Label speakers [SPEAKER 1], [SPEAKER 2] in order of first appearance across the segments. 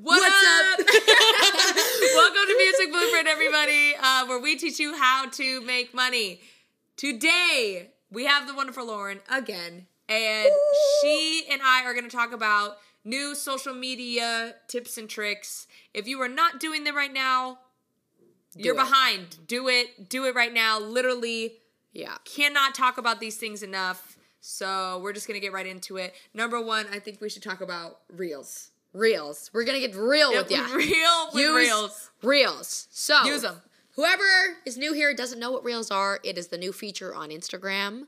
[SPEAKER 1] Secret, everybody, uh, where we teach you how to make money. Today, we have the wonderful Lauren again, and she and I are going to talk about new social media tips and tricks. If you are not doing them right now, you're
[SPEAKER 2] it.
[SPEAKER 1] behind. Do it. Do it right now. Literally,
[SPEAKER 2] Yeah.
[SPEAKER 1] cannot talk about these things enough. So we're just going to get right into it. Number one, I think we should talk about reels.
[SPEAKER 2] Reels. We're gonna get real with ya.
[SPEAKER 1] Real with
[SPEAKER 2] Use
[SPEAKER 1] reels.
[SPEAKER 2] Reels. So
[SPEAKER 1] Use 'em.
[SPEAKER 2] Whoever is new here doesn't know what reels are. It is the new feature on Instagram.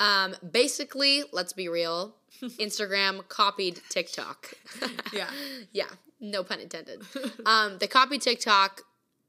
[SPEAKER 2] Um, basically, let's be real. Instagram copied TikTok.
[SPEAKER 1] Yeah.
[SPEAKER 2] yeah, no pun intended. Um, they copied TikTok.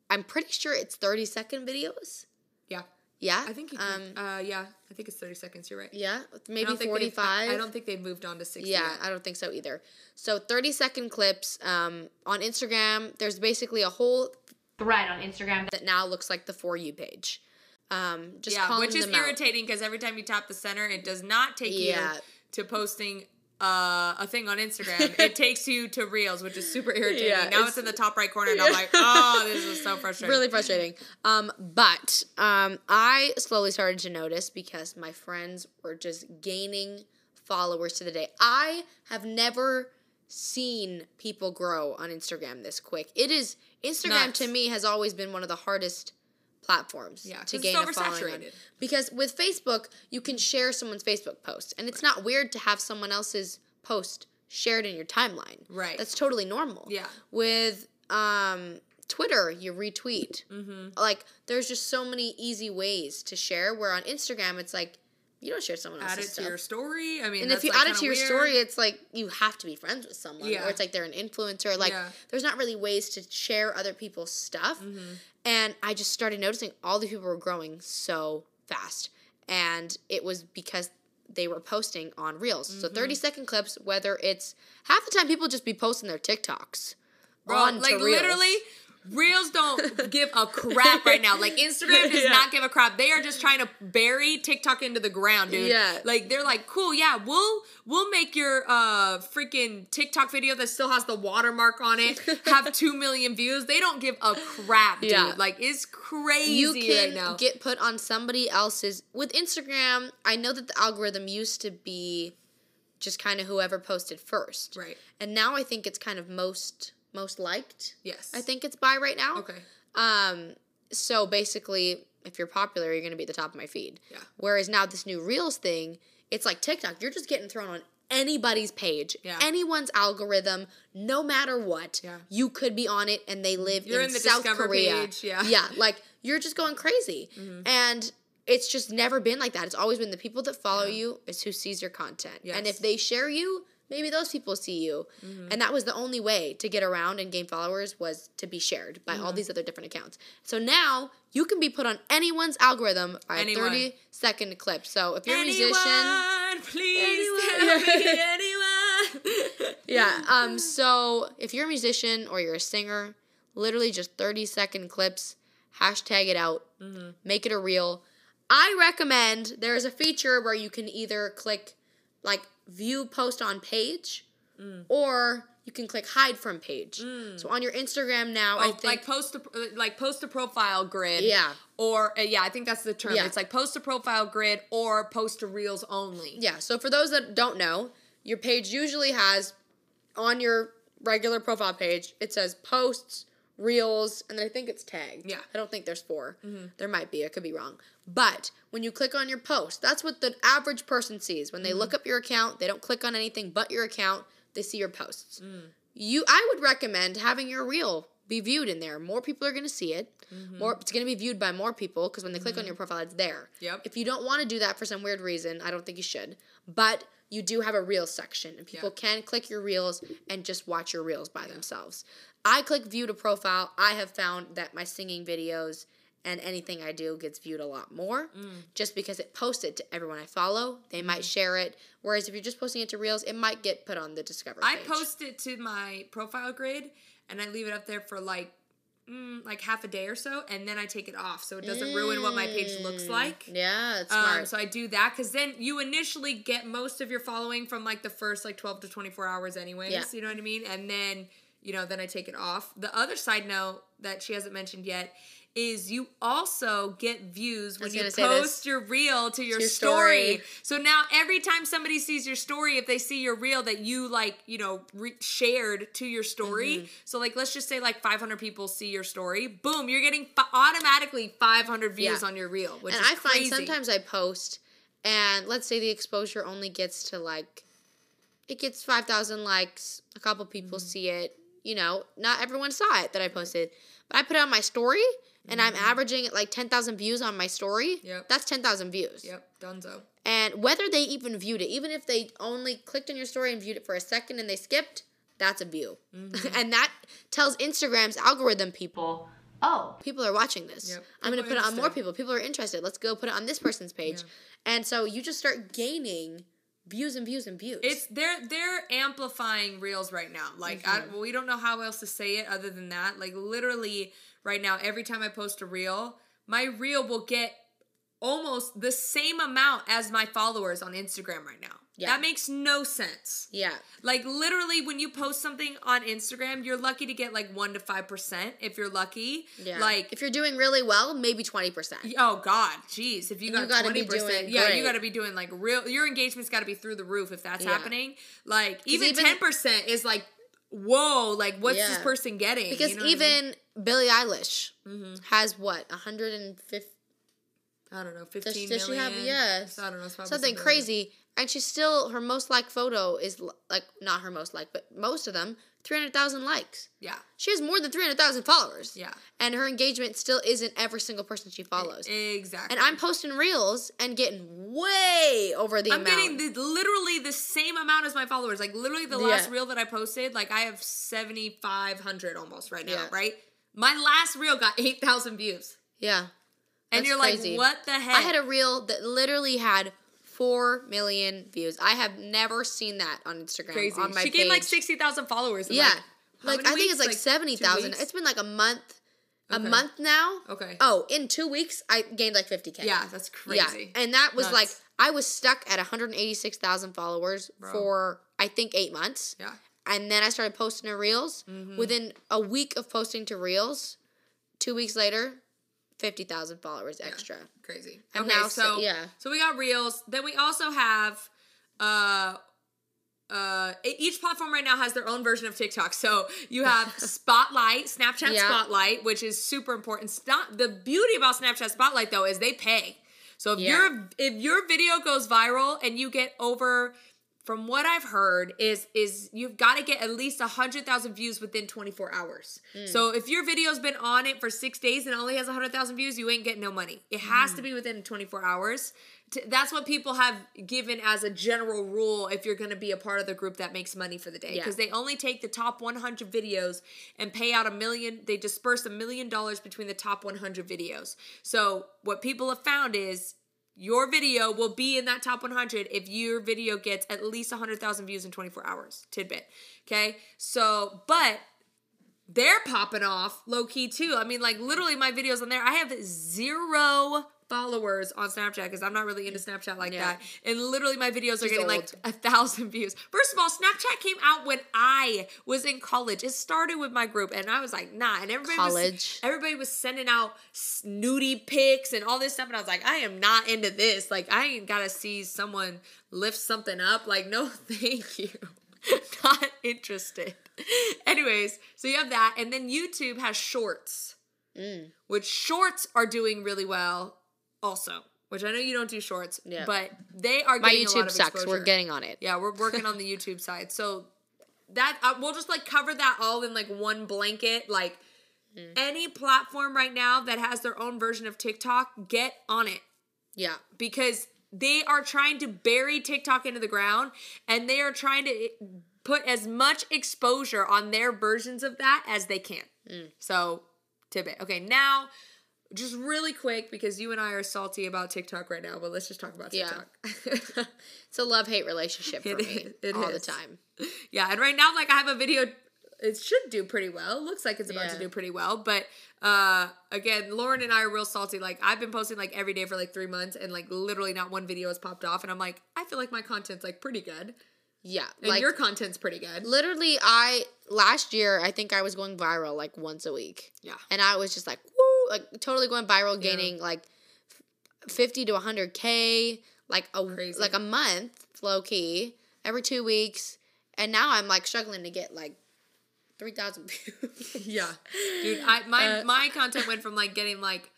[SPEAKER 2] I'm pretty sure it's 30 second videos.
[SPEAKER 1] Yeah.
[SPEAKER 2] Yeah,
[SPEAKER 1] I think you
[SPEAKER 2] um,
[SPEAKER 1] can, uh yeah, I think it's 30 seconds, you're right.
[SPEAKER 2] yeah,
[SPEAKER 1] I
[SPEAKER 2] maybe
[SPEAKER 1] don't think they've-
[SPEAKER 2] 45.
[SPEAKER 1] I, I don't think they've moved on to 60.
[SPEAKER 2] Yeah,
[SPEAKER 1] yet.
[SPEAKER 2] I don't think so either. So 30 second clips um, on Instagram. There's basically a whole
[SPEAKER 3] thread on Instagram
[SPEAKER 2] that now looks like the for you page. Um, just
[SPEAKER 1] Yeah,
[SPEAKER 2] calling
[SPEAKER 1] which is
[SPEAKER 2] them out.
[SPEAKER 1] irritating because every time you tap the center, it does not take
[SPEAKER 2] Yeah.
[SPEAKER 1] you to posting uh, a thing on Instagram. it takes you to Reels, which is super irritating.
[SPEAKER 2] Yeah,
[SPEAKER 1] now it's,
[SPEAKER 2] it's-
[SPEAKER 1] in the top right corner, and I'm like, oh, this is so frustrating.
[SPEAKER 2] Really frustrating. Um, but um, I slowly started to notice because my friends were just gaining followers to the day. I have never seen people grow on Instagram this quick. It is Instagram
[SPEAKER 1] Nuts.
[SPEAKER 2] to me has always been one of the hardest platforms
[SPEAKER 1] Yeah, 'cause
[SPEAKER 2] to
[SPEAKER 1] it's
[SPEAKER 2] gain a following. On.
[SPEAKER 1] oversaturated.
[SPEAKER 2] Because with Facebook, you can share someone's Facebook post, and it's not weird to have someone else's post shared in your timeline.
[SPEAKER 1] Right.
[SPEAKER 2] That's totally normal.
[SPEAKER 1] Yeah.
[SPEAKER 2] With um, Twitter, you retweet. Mm-hmm. Like, there's just so many easy ways to share. Where on Instagram, it's like you don't share someone else's
[SPEAKER 1] Add it to
[SPEAKER 2] stuff.
[SPEAKER 1] your story. I mean,
[SPEAKER 2] and
[SPEAKER 1] that's
[SPEAKER 2] if you
[SPEAKER 1] like,
[SPEAKER 2] add it
[SPEAKER 1] kinda
[SPEAKER 2] to your
[SPEAKER 1] weird.
[SPEAKER 2] story, it's like you have to be friends with someone,
[SPEAKER 1] Yeah.
[SPEAKER 2] or it's like they're an influencer. Like
[SPEAKER 1] Yeah.
[SPEAKER 2] there's not really ways to share other people's stuff.
[SPEAKER 1] Mm-hmm.
[SPEAKER 2] And I just started noticing all the people were growing so fast, and it was because they were posting on Reels. So 30
[SPEAKER 1] Mm-hmm.
[SPEAKER 2] second clips, whether it's half the time people just be posting their TikToks
[SPEAKER 1] Bro,
[SPEAKER 2] on
[SPEAKER 1] like
[SPEAKER 2] to Reels.
[SPEAKER 1] literally reels don't give a crap right now like instagram does
[SPEAKER 2] Yeah.
[SPEAKER 1] not give a crap they are just trying to bury tiktok into the ground dude
[SPEAKER 2] Yeah.
[SPEAKER 1] like they're like cool yeah we'll we'll make your uh freaking tiktok video that still has the watermark on it have 2 million views they don't give a crap dude
[SPEAKER 2] Yeah.
[SPEAKER 1] like it's crazy
[SPEAKER 2] you
[SPEAKER 1] right
[SPEAKER 2] can
[SPEAKER 1] now
[SPEAKER 2] get put on somebody else's with Instagram. I know that the algorithm used to be just kind of whoever posted first,
[SPEAKER 1] Right.
[SPEAKER 2] And now I think it's kind of most most liked.
[SPEAKER 1] yes
[SPEAKER 2] I think it's by right now.
[SPEAKER 1] okay
[SPEAKER 2] Um. So basically, if you're popular, you're going to be at the top of my feed.
[SPEAKER 1] Yeah.
[SPEAKER 2] Whereas now this new Reels thing, it's like TikTok. You're just getting thrown on anybody's page,
[SPEAKER 1] Yeah.
[SPEAKER 2] anyone's algorithm, no matter what.
[SPEAKER 1] Yeah.
[SPEAKER 2] You could be on it, and they live
[SPEAKER 1] You're
[SPEAKER 2] in,
[SPEAKER 1] in the
[SPEAKER 2] South
[SPEAKER 1] Discover
[SPEAKER 2] Korea.
[SPEAKER 1] page, yeah.
[SPEAKER 2] Yeah. Like you're just going crazy,
[SPEAKER 1] Mm-hmm.
[SPEAKER 2] and. It's just never been like that. It's always been the people that follow you is who sees your content. And
[SPEAKER 1] Yes. Mm-hmm.
[SPEAKER 2] if they share you, maybe those people see you. And that was the only way to get around and gain followers was to be shared by
[SPEAKER 1] Mm-hmm.
[SPEAKER 2] all these other different accounts. So now you can be put on anyone's algorithm by
[SPEAKER 1] Anyone.
[SPEAKER 2] a 30 second clip. So if you're a musician,
[SPEAKER 1] anyone please
[SPEAKER 2] Anyone.
[SPEAKER 1] tell me anyone
[SPEAKER 2] yeah. Um so if you're a musician or you're a singer, literally just 30 second clips, hashtag it out.
[SPEAKER 1] Mm-hmm.
[SPEAKER 2] Make it a reel. I recommend there is a feature where you can either click like view post on page
[SPEAKER 1] Mm.
[SPEAKER 2] or you can click hide from page. So on your Instagram now, I
[SPEAKER 1] Oh,
[SPEAKER 2] think
[SPEAKER 1] like post a, like post a profile grid.
[SPEAKER 2] Yeah.
[SPEAKER 1] Or uh, yeah, I think that's the term.
[SPEAKER 2] Yeah.
[SPEAKER 1] It's like post a profile grid or post to reels only.
[SPEAKER 2] Yeah. So for those that don't know, your page usually has on your regular profile page, it says posts, reels, and then I think it's tagged.
[SPEAKER 1] Yeah.
[SPEAKER 2] I don't think there's 4 There might be. I could be wrong. But when you click on your post, that's what the average person sees. When they look up your account, they don't click on anything but your account. They see your posts. You, I would recommend having your reel be viewed in there. More people are going to see it.
[SPEAKER 1] Mm-hmm.
[SPEAKER 2] More, it's going to be viewed by more people because when they click on your profile, it's there.
[SPEAKER 1] Yep.
[SPEAKER 2] If you don't want to do that for some weird reason, I don't think you should. But you do have a reels section, and people can click your reels and just watch your reels by themselves. I click view to profile. I have found that my singing videos and anything I do gets viewed a lot more
[SPEAKER 1] Mm.
[SPEAKER 2] just because it posted to everyone I follow. They
[SPEAKER 1] Mm-hmm.
[SPEAKER 2] might share it. Whereas if you're just posting it to reels, it might get put on the discover
[SPEAKER 1] I
[SPEAKER 2] page.
[SPEAKER 1] post it to my profile grid and I leave it up there for like mm, like half a day or so, and then I take it off so it doesn't ruin what my page
[SPEAKER 2] Mm.
[SPEAKER 1] looks like.
[SPEAKER 2] Yeah, that's smart.
[SPEAKER 1] Um, so I do that because then you initially get most of your following from like the first like 12 to 24 hours anyways.
[SPEAKER 2] Yeah.
[SPEAKER 1] You know what I mean? And then you know, then I take it off. The other side note that she hasn't mentioned yet is you also get views when
[SPEAKER 2] was
[SPEAKER 1] you
[SPEAKER 2] gonna say this.
[SPEAKER 1] post your reel to your,
[SPEAKER 2] your
[SPEAKER 1] story.
[SPEAKER 2] story.
[SPEAKER 1] So now every time somebody sees your story, if they see your reel that you like, you know, re- shared to your story,
[SPEAKER 2] Mm-hmm.
[SPEAKER 1] so like let's just say like 500 people see your story, boom, you're getting fi- automatically 500 views
[SPEAKER 2] Yeah.
[SPEAKER 1] on your reel, which
[SPEAKER 2] and
[SPEAKER 1] is
[SPEAKER 2] I find
[SPEAKER 1] crazy.
[SPEAKER 2] sometimes I post, and let's say the exposure only gets to like, it gets five thousand likes. A couple people
[SPEAKER 1] Mm-hmm.
[SPEAKER 2] see it. You know, not everyone saw it that I posted, but I put it on my story, and I'm averaging like ten thousand views on my story.
[SPEAKER 1] Mm-hmm. Yep.
[SPEAKER 2] that's ten thousand views.
[SPEAKER 1] Yep, Dunzo.
[SPEAKER 2] And whether they even viewed it, even if they only clicked on your story and viewed it for a second and they skipped, that's a view.
[SPEAKER 1] Mm-hmm.
[SPEAKER 2] and that tells Instagram's algorithm people, oh, people are watching this.
[SPEAKER 1] Yep.
[SPEAKER 2] I'm going to
[SPEAKER 1] People
[SPEAKER 2] put
[SPEAKER 1] are
[SPEAKER 2] it on more
[SPEAKER 1] interested."
[SPEAKER 2] people. People are interested. Let's go put it on this person's page. And so you just start gaining views and views and views.
[SPEAKER 1] It's they're they're amplifying reels right now. Like
[SPEAKER 2] Mm-hmm.
[SPEAKER 1] I, we don't know how else to say it other than that. Like literally right now, every time I post a reel, my reel will get almost the same amount as my followers on Instagram right now.
[SPEAKER 2] Yeah.
[SPEAKER 1] That makes no sense.
[SPEAKER 2] yeah.
[SPEAKER 1] Like literally, when you post something on Instagram, you're lucky to get like one to five percent if you're lucky.
[SPEAKER 2] Yeah.
[SPEAKER 1] Like
[SPEAKER 2] if you're doing really well, maybe 20%.
[SPEAKER 1] Oh God, jeez! If you got
[SPEAKER 2] gotta
[SPEAKER 1] twenty
[SPEAKER 2] be
[SPEAKER 1] percent,
[SPEAKER 2] doing
[SPEAKER 1] yeah, you
[SPEAKER 2] great.
[SPEAKER 1] got to be doing like real. Your engagement's got to be through the roof if that's
[SPEAKER 2] Yeah.
[SPEAKER 1] happening. Like even
[SPEAKER 2] even-
[SPEAKER 1] ten percent is like, whoa! Like what's this
[SPEAKER 2] Yeah.
[SPEAKER 1] person getting? You
[SPEAKER 2] Because
[SPEAKER 1] know what I mean? Mm-hmm.
[SPEAKER 2] even Billie Eilish has what, 150
[SPEAKER 1] I don't know,
[SPEAKER 2] Does,
[SPEAKER 1] fifteen
[SPEAKER 2] does she have
[SPEAKER 1] million?
[SPEAKER 2] yes?
[SPEAKER 1] I don't know it's probably
[SPEAKER 2] something crazy, and she's still her most liked photo is l- like not her most liked, but most of them three hundred thousand likes.
[SPEAKER 1] Yeah,
[SPEAKER 2] She has more than three hundred thousand followers.
[SPEAKER 1] yeah,
[SPEAKER 2] and her engagement still isn't every single person she follows.
[SPEAKER 1] exactly.
[SPEAKER 2] and I'm posting reels and getting way over the
[SPEAKER 1] I'm
[SPEAKER 2] amount.
[SPEAKER 1] getting the, literally the same amount as my followers. Like literally the
[SPEAKER 2] Yeah.
[SPEAKER 1] last reel that I posted, like I have seventy five hundred almost right now.
[SPEAKER 2] Yeah.
[SPEAKER 1] Right, my last reel got eight thousand views,
[SPEAKER 2] yeah,
[SPEAKER 1] and
[SPEAKER 2] That's
[SPEAKER 1] you're
[SPEAKER 2] crazy.
[SPEAKER 1] like, what the heck?
[SPEAKER 2] I had a reel that literally had. Four million views. I have never seen that on Instagram
[SPEAKER 1] crazy.
[SPEAKER 2] on my
[SPEAKER 1] she gained like
[SPEAKER 2] page.
[SPEAKER 1] sixty thousand followers. in,
[SPEAKER 2] Yeah.
[SPEAKER 1] how
[SPEAKER 2] Like,
[SPEAKER 1] many
[SPEAKER 2] I think
[SPEAKER 1] weeks?
[SPEAKER 2] it's like,
[SPEAKER 1] Like, two
[SPEAKER 2] 70,000.
[SPEAKER 1] weeks?
[SPEAKER 2] It's been like a month. A
[SPEAKER 1] Okay.
[SPEAKER 2] month now.
[SPEAKER 1] Okay.
[SPEAKER 2] Oh, in 2 weeks I gained like 50k.
[SPEAKER 1] yeah, that's crazy.
[SPEAKER 2] And that was like
[SPEAKER 1] Nuts.
[SPEAKER 2] I was stuck at 186,000 followers for I think 8 months.
[SPEAKER 1] yeah, Mm-hmm.
[SPEAKER 2] And then I started posting to Reels. Within a week of posting to Reels, 2 weeks later, 50,000 followers extra.
[SPEAKER 1] crazy.
[SPEAKER 2] I'm
[SPEAKER 1] okay,
[SPEAKER 2] now
[SPEAKER 1] so
[SPEAKER 2] sa- yeah.
[SPEAKER 1] so we got reels. Then we also have, uh, uh, e- each platform right now has their own version of TikTok. So you have Spotlight, Snapchat
[SPEAKER 2] Yeah.
[SPEAKER 1] Spotlight, which is super important. Stop. The beauty about Snapchat Spotlight though is they pay. So if
[SPEAKER 2] Yeah.
[SPEAKER 1] your if your video goes viral and you get over from what I've heard is is you've got to get at least 100,000 views within 24 hours. So if your video's been on it for 6 days and only has 100,000 views, you ain't getting no money. It has to be within 24 hours. T- That's what people have given as a general rule if you're going to be a part of the group that makes money for the day
[SPEAKER 2] Yeah.
[SPEAKER 1] because they only take the top 100 videos and pay out a million they disperse a million dollars between the top 100 videos. So what people have found is your video will be in that top 100 if your video gets at least 100,000 views in 24 hours. Tidbit. Okay. So, but they're popping off low key too. I mean, like literally my videos on there, I have zero followers on Snapchat because I'm not really into Snapchat like
[SPEAKER 2] Yeah.
[SPEAKER 1] that. And literally my videos are getting like
[SPEAKER 2] old.
[SPEAKER 1] a thousand views. First of all, Snapchat came out when I was in college. It started with my group and I was like, nah. And everybody was
[SPEAKER 2] College.
[SPEAKER 1] everybody was sending out snooty pics and all this stuff. And I was like, I am not into this. Like I ain't gotta see someone lift something up. Like, no, thank you. not interested. Anyways, so you have that. And then YouTube has shorts,
[SPEAKER 2] Mm.
[SPEAKER 1] which shorts are doing really well also. Which I know you don't do shorts,
[SPEAKER 2] Yeah.
[SPEAKER 1] but they are
[SPEAKER 2] My
[SPEAKER 1] getting a lot
[SPEAKER 2] YouTube
[SPEAKER 1] of
[SPEAKER 2] sucks.
[SPEAKER 1] exposure.
[SPEAKER 2] We're getting on it.
[SPEAKER 1] Yeah, we're working on the YouTube side. So that uh, we'll just like cover that all in like one blanket. Like any platform right now that has their own version of TikTok, get on it
[SPEAKER 2] Yeah.
[SPEAKER 1] because they are trying to bury TikTok into the ground and they are trying to eh, put as much exposure on their versions of that as they can. So, tidbit. Okay, now just really quick because you and I are salty about TikTok right now, but let's just talk about
[SPEAKER 2] Yeah.
[SPEAKER 1] TikTok.
[SPEAKER 2] It's a love-hate relationship for
[SPEAKER 1] It
[SPEAKER 2] me
[SPEAKER 1] is- it
[SPEAKER 2] all
[SPEAKER 1] is.
[SPEAKER 2] the time.
[SPEAKER 1] Yeah, and right now, like I have a video. It should do pretty well. It looks like it's about to
[SPEAKER 2] Yeah.
[SPEAKER 1] do pretty well. But uh again, Lauren and I are real salty. Like I've been posting like every day for like three months, and like literally not one video has popped off. And I'm like, I feel like my content's like pretty good.
[SPEAKER 2] Yeah.
[SPEAKER 3] And
[SPEAKER 2] like
[SPEAKER 3] your content's pretty good.
[SPEAKER 2] literally I last year I think I was going viral like once a week.
[SPEAKER 3] Yeah.
[SPEAKER 2] And I was just like woo, like totally going viral gaining like f- 50 to 100k like a
[SPEAKER 3] Crazy.
[SPEAKER 2] like a month low key every 2 weeks and now I'm like struggling to get like 3000 views.
[SPEAKER 3] Yeah.
[SPEAKER 1] Dude, I my
[SPEAKER 2] Uh,
[SPEAKER 1] my content went from like getting like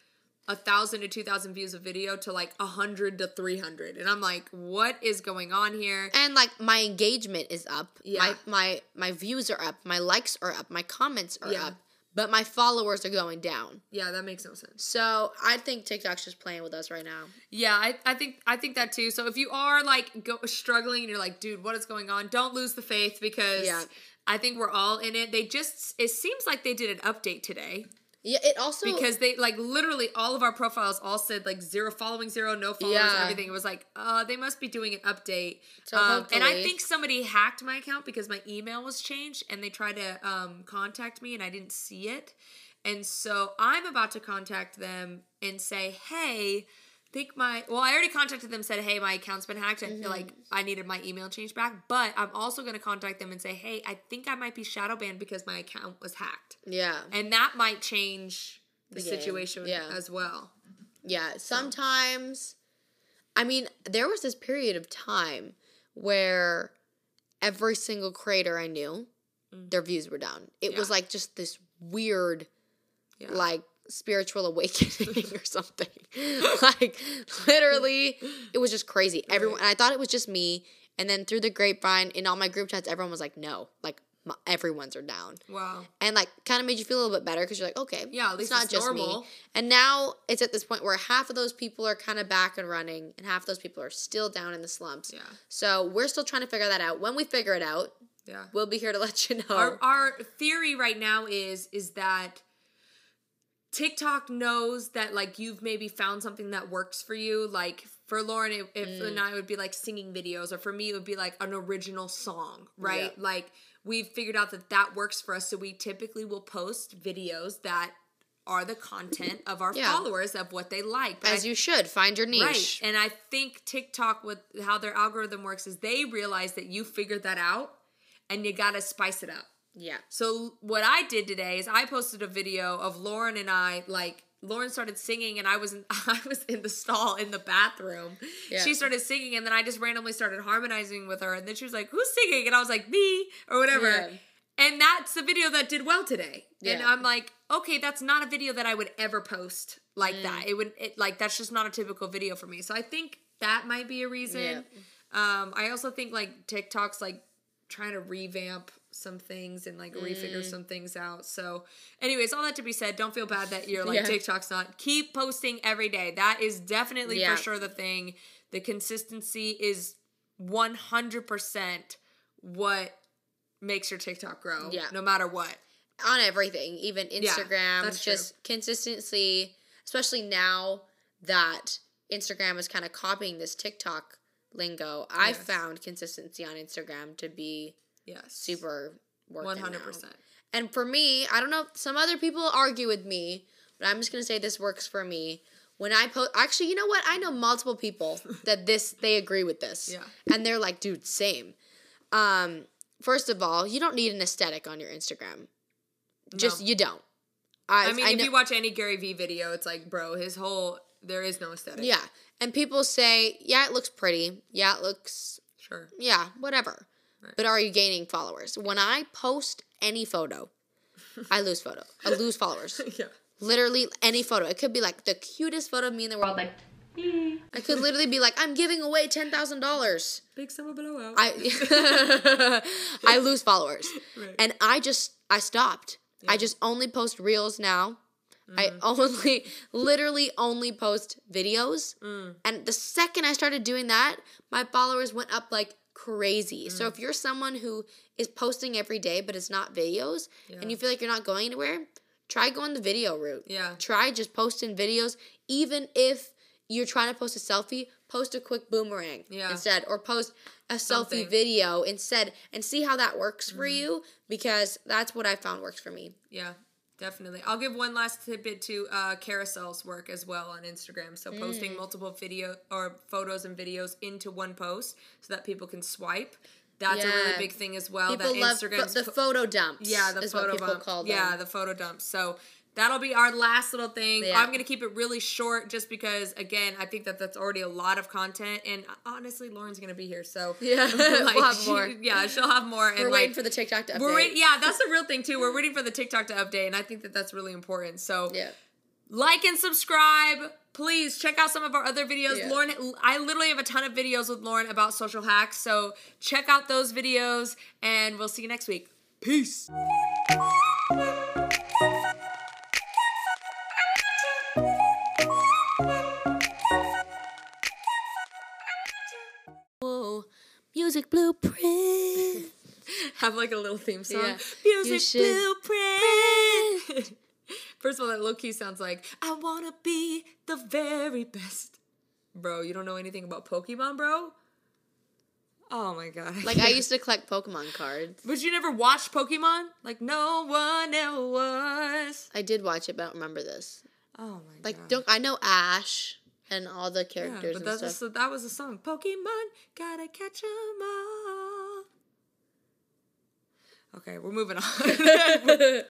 [SPEAKER 1] a thousand to two thousand views a video to like a hundred to three hundred, and I'm like, what is going on here?
[SPEAKER 2] and like my engagement is up.
[SPEAKER 1] Yeah.
[SPEAKER 2] My my my views are up, my likes are up, my comments are
[SPEAKER 1] Yeah.
[SPEAKER 2] up, but my followers are going down.
[SPEAKER 1] Yeah, that makes no sense.
[SPEAKER 2] So I think TikTok's just playing with us right now.
[SPEAKER 1] Yeah, I, I think I think that too. So if you are like go, struggling and you're like, dude, what is going on? Don't lose the faith because
[SPEAKER 2] Yeah.
[SPEAKER 1] I think we're all in it. They just it seems like they did an update today
[SPEAKER 2] Yeah, it also
[SPEAKER 1] because they like literally all of our profiles all said like zero following zero no followers
[SPEAKER 2] Yeah.
[SPEAKER 1] everything. It was like, uh, they must be doing an update.
[SPEAKER 2] So
[SPEAKER 1] um, and I
[SPEAKER 2] hopefully-
[SPEAKER 1] think somebody hacked my account because my email was changed and they tried to um, contact me and I didn't see it. And so I'm about to contact them and say, hey, think my well, I already contacted them, said, hey, my account's been hacked. I
[SPEAKER 2] Mm-hmm.
[SPEAKER 1] feel like I needed my email changed back. But I'm also gonna contact them and say, hey, I think I might be shadow banned because my account was hacked.
[SPEAKER 2] yeah.
[SPEAKER 1] And that might change the,
[SPEAKER 2] game,
[SPEAKER 1] situation
[SPEAKER 2] yeah.
[SPEAKER 1] as well.
[SPEAKER 2] Yeah, sometimes I mean, there was this period of time where every single creator I knew, their views were down. It was
[SPEAKER 1] Mm. Yeah.
[SPEAKER 2] like just this weird
[SPEAKER 1] Yeah.
[SPEAKER 2] like spiritual awakening or something. like literally it was just crazy. Everyone and I thought it was just me and then through the grapevine in all my group chats everyone was like no, like my, everyone's are down
[SPEAKER 1] Wow.
[SPEAKER 2] and like kind of made you feel a little bit better because you're like, okay,
[SPEAKER 1] Yeah, at least it's normal.
[SPEAKER 2] me. And now it's at this point where half of those people are kind of back and running, and half of those people are still down in the slumps.
[SPEAKER 1] Yeah.
[SPEAKER 2] So we're still trying to figure that out. When we figure it out,
[SPEAKER 1] Yeah.
[SPEAKER 2] we'll be here to let you know.
[SPEAKER 1] our, our theory right now is is that TikTok knows that like you've maybe found something that works for you. Like for Lauren, it, if
[SPEAKER 2] Mm.
[SPEAKER 1] and I would be like singing videos, or for me it would be like an original song, right? Like we've figured out that that works for us, so we typically will post videos that are the content of our
[SPEAKER 2] Yeah.
[SPEAKER 1] followers of what they like. But I
[SPEAKER 2] As you should find your niche.
[SPEAKER 1] Right. And I think TikTok with how their algorithm works is they realize that you figured that out and you got to spice it up.
[SPEAKER 2] Yeah.
[SPEAKER 1] So what I did today is I posted a video of Lauren and I like Lauren started singing and I was in, I was in the stall in the bathroom.
[SPEAKER 2] Yeah.
[SPEAKER 1] She started singing and then I just randomly started harmonizing with her and then she was like, "Who's singing?" and I was like, "Me" or whatever.
[SPEAKER 2] Yeah.
[SPEAKER 1] And that's the video that did well today. And
[SPEAKER 2] Yeah.
[SPEAKER 1] I'm like, "Okay, that's not a video that I would ever post like
[SPEAKER 2] Mm.
[SPEAKER 1] that. It would it like that's just not a typical video for me." So I think that might be a reason. Um I also think like TikTok's like trying to revamp some things and like refigure
[SPEAKER 2] Mm.
[SPEAKER 1] some things out. So, anyways, all that to be said, don't feel bad that you're like
[SPEAKER 2] Yeah.
[SPEAKER 1] TikTok's not. Keep posting every day. That is definitely
[SPEAKER 2] Yeah.
[SPEAKER 1] for sure the thing. The consistency is 100% what makes your TikTok grow,
[SPEAKER 2] Yeah.
[SPEAKER 1] no matter what.
[SPEAKER 2] On everything, even Instagram,
[SPEAKER 1] that's true.
[SPEAKER 2] just consistency, especially now that Instagram is kind of copying this TikTok lingo. I
[SPEAKER 1] Yes.
[SPEAKER 2] found consistency on Instagram to be
[SPEAKER 1] Yes.
[SPEAKER 2] super working 100%.
[SPEAKER 1] 100%.
[SPEAKER 2] And for me, I don't know. Some other people argue with me, but I'm just gonna say this works for me. When I post, actually, you know what? I know multiple people that this they agree with this.
[SPEAKER 1] Yeah.
[SPEAKER 2] And they're like, dude, same. Um, first of all, you don't need an aesthetic on your Instagram. Just
[SPEAKER 1] No.
[SPEAKER 2] you don't.
[SPEAKER 1] I mean, if
[SPEAKER 2] know-
[SPEAKER 1] you watch any Gary Vee video, it's like, bro, his whole, there is no aesthetic.
[SPEAKER 2] yeah. And people say, yeah, it looks pretty. Yeah, it looks
[SPEAKER 1] Sure.
[SPEAKER 2] yeah, whatever. But are you gaining followers? When I post any photo, I lose photo. I lose followers.
[SPEAKER 1] Yeah.
[SPEAKER 2] Literally any photo. It could be like the cutest photo of me in the world. Like, I could literally be like, I'm giving away ten thousand dollars.
[SPEAKER 1] Big summer blowout.
[SPEAKER 2] I I lose followers,
[SPEAKER 1] Right.
[SPEAKER 2] and I just I stopped. I just only post reels now. I only, literally, only post videos. And the second I started doing that, my followers went up like crazy. So if you're someone who is posting every day but it's not videos, and you feel like you're not going anywhere, try going the video route.
[SPEAKER 1] Yeah.
[SPEAKER 2] Try just posting videos, even if you're trying to post a selfie. Post a quick boomerang
[SPEAKER 1] Yeah.
[SPEAKER 2] instead, or post a
[SPEAKER 1] Something. Mm-hmm.
[SPEAKER 2] selfie video instead, and see how that works for you because that's what I found works for me.
[SPEAKER 1] Yeah, definitely. I'll give one last tidbit to uh, Carousel's work as well on Instagram. So
[SPEAKER 2] Mm.
[SPEAKER 1] posting multiple video or photos and videos into one post so that people can swipe. That's a really
[SPEAKER 2] Yeah.
[SPEAKER 1] big thing as well.
[SPEAKER 2] People
[SPEAKER 1] that
[SPEAKER 2] love
[SPEAKER 1] Instagram's
[SPEAKER 2] pho- the
[SPEAKER 1] pu-
[SPEAKER 2] photo dumps.
[SPEAKER 1] yeah, the
[SPEAKER 2] is
[SPEAKER 1] photo
[SPEAKER 2] what people
[SPEAKER 1] bump.
[SPEAKER 2] call them.
[SPEAKER 1] Yeah, the photo dump. So that'll be our last little thing.
[SPEAKER 2] Yeah.
[SPEAKER 1] I'm gonna keep it really short, just because again, I think that that's already a lot of content, and honestly, Lauren's gonna be here, so
[SPEAKER 2] Yeah, we'll have
[SPEAKER 1] she-
[SPEAKER 2] more.
[SPEAKER 1] yeah, she'll have more.
[SPEAKER 2] We're
[SPEAKER 1] and
[SPEAKER 2] waiting
[SPEAKER 1] like,
[SPEAKER 2] for the TikTok to update.
[SPEAKER 1] we're wait- yeah, that's the real thing too. We're waiting for the TikTok to update, and I think that that's really important. So
[SPEAKER 2] yeah.
[SPEAKER 1] like and subscribe. Please check out some of our other videos.
[SPEAKER 2] Yeah.
[SPEAKER 1] Lauren, I literally have a ton of videos with Lauren about social hacks. So check out those videos, and we'll see you next week. Peace.
[SPEAKER 2] Whoa. Music blueprint.
[SPEAKER 1] have like a little theme song.
[SPEAKER 2] Yeah. You
[SPEAKER 1] Music
[SPEAKER 2] should.
[SPEAKER 1] blueprint. First of all, that low key sounds like I wanna be the very best. Bro, you don't know anything about Pokemon, bro? Oh my god.
[SPEAKER 2] Like I used to collect Pokemon cards.
[SPEAKER 1] But you never watched Pokemon? Like no one ever was.
[SPEAKER 2] I did watch it, but I don't remember this.
[SPEAKER 1] Oh my
[SPEAKER 2] Like,
[SPEAKER 1] god.
[SPEAKER 2] don't I know Ash and all the
[SPEAKER 1] yeah,
[SPEAKER 2] characters
[SPEAKER 1] but
[SPEAKER 2] and
[SPEAKER 1] that
[SPEAKER 2] stuff?
[SPEAKER 1] was, the, that was a song. Pokemon, gotta catch 'em all. Okay, we're moving on.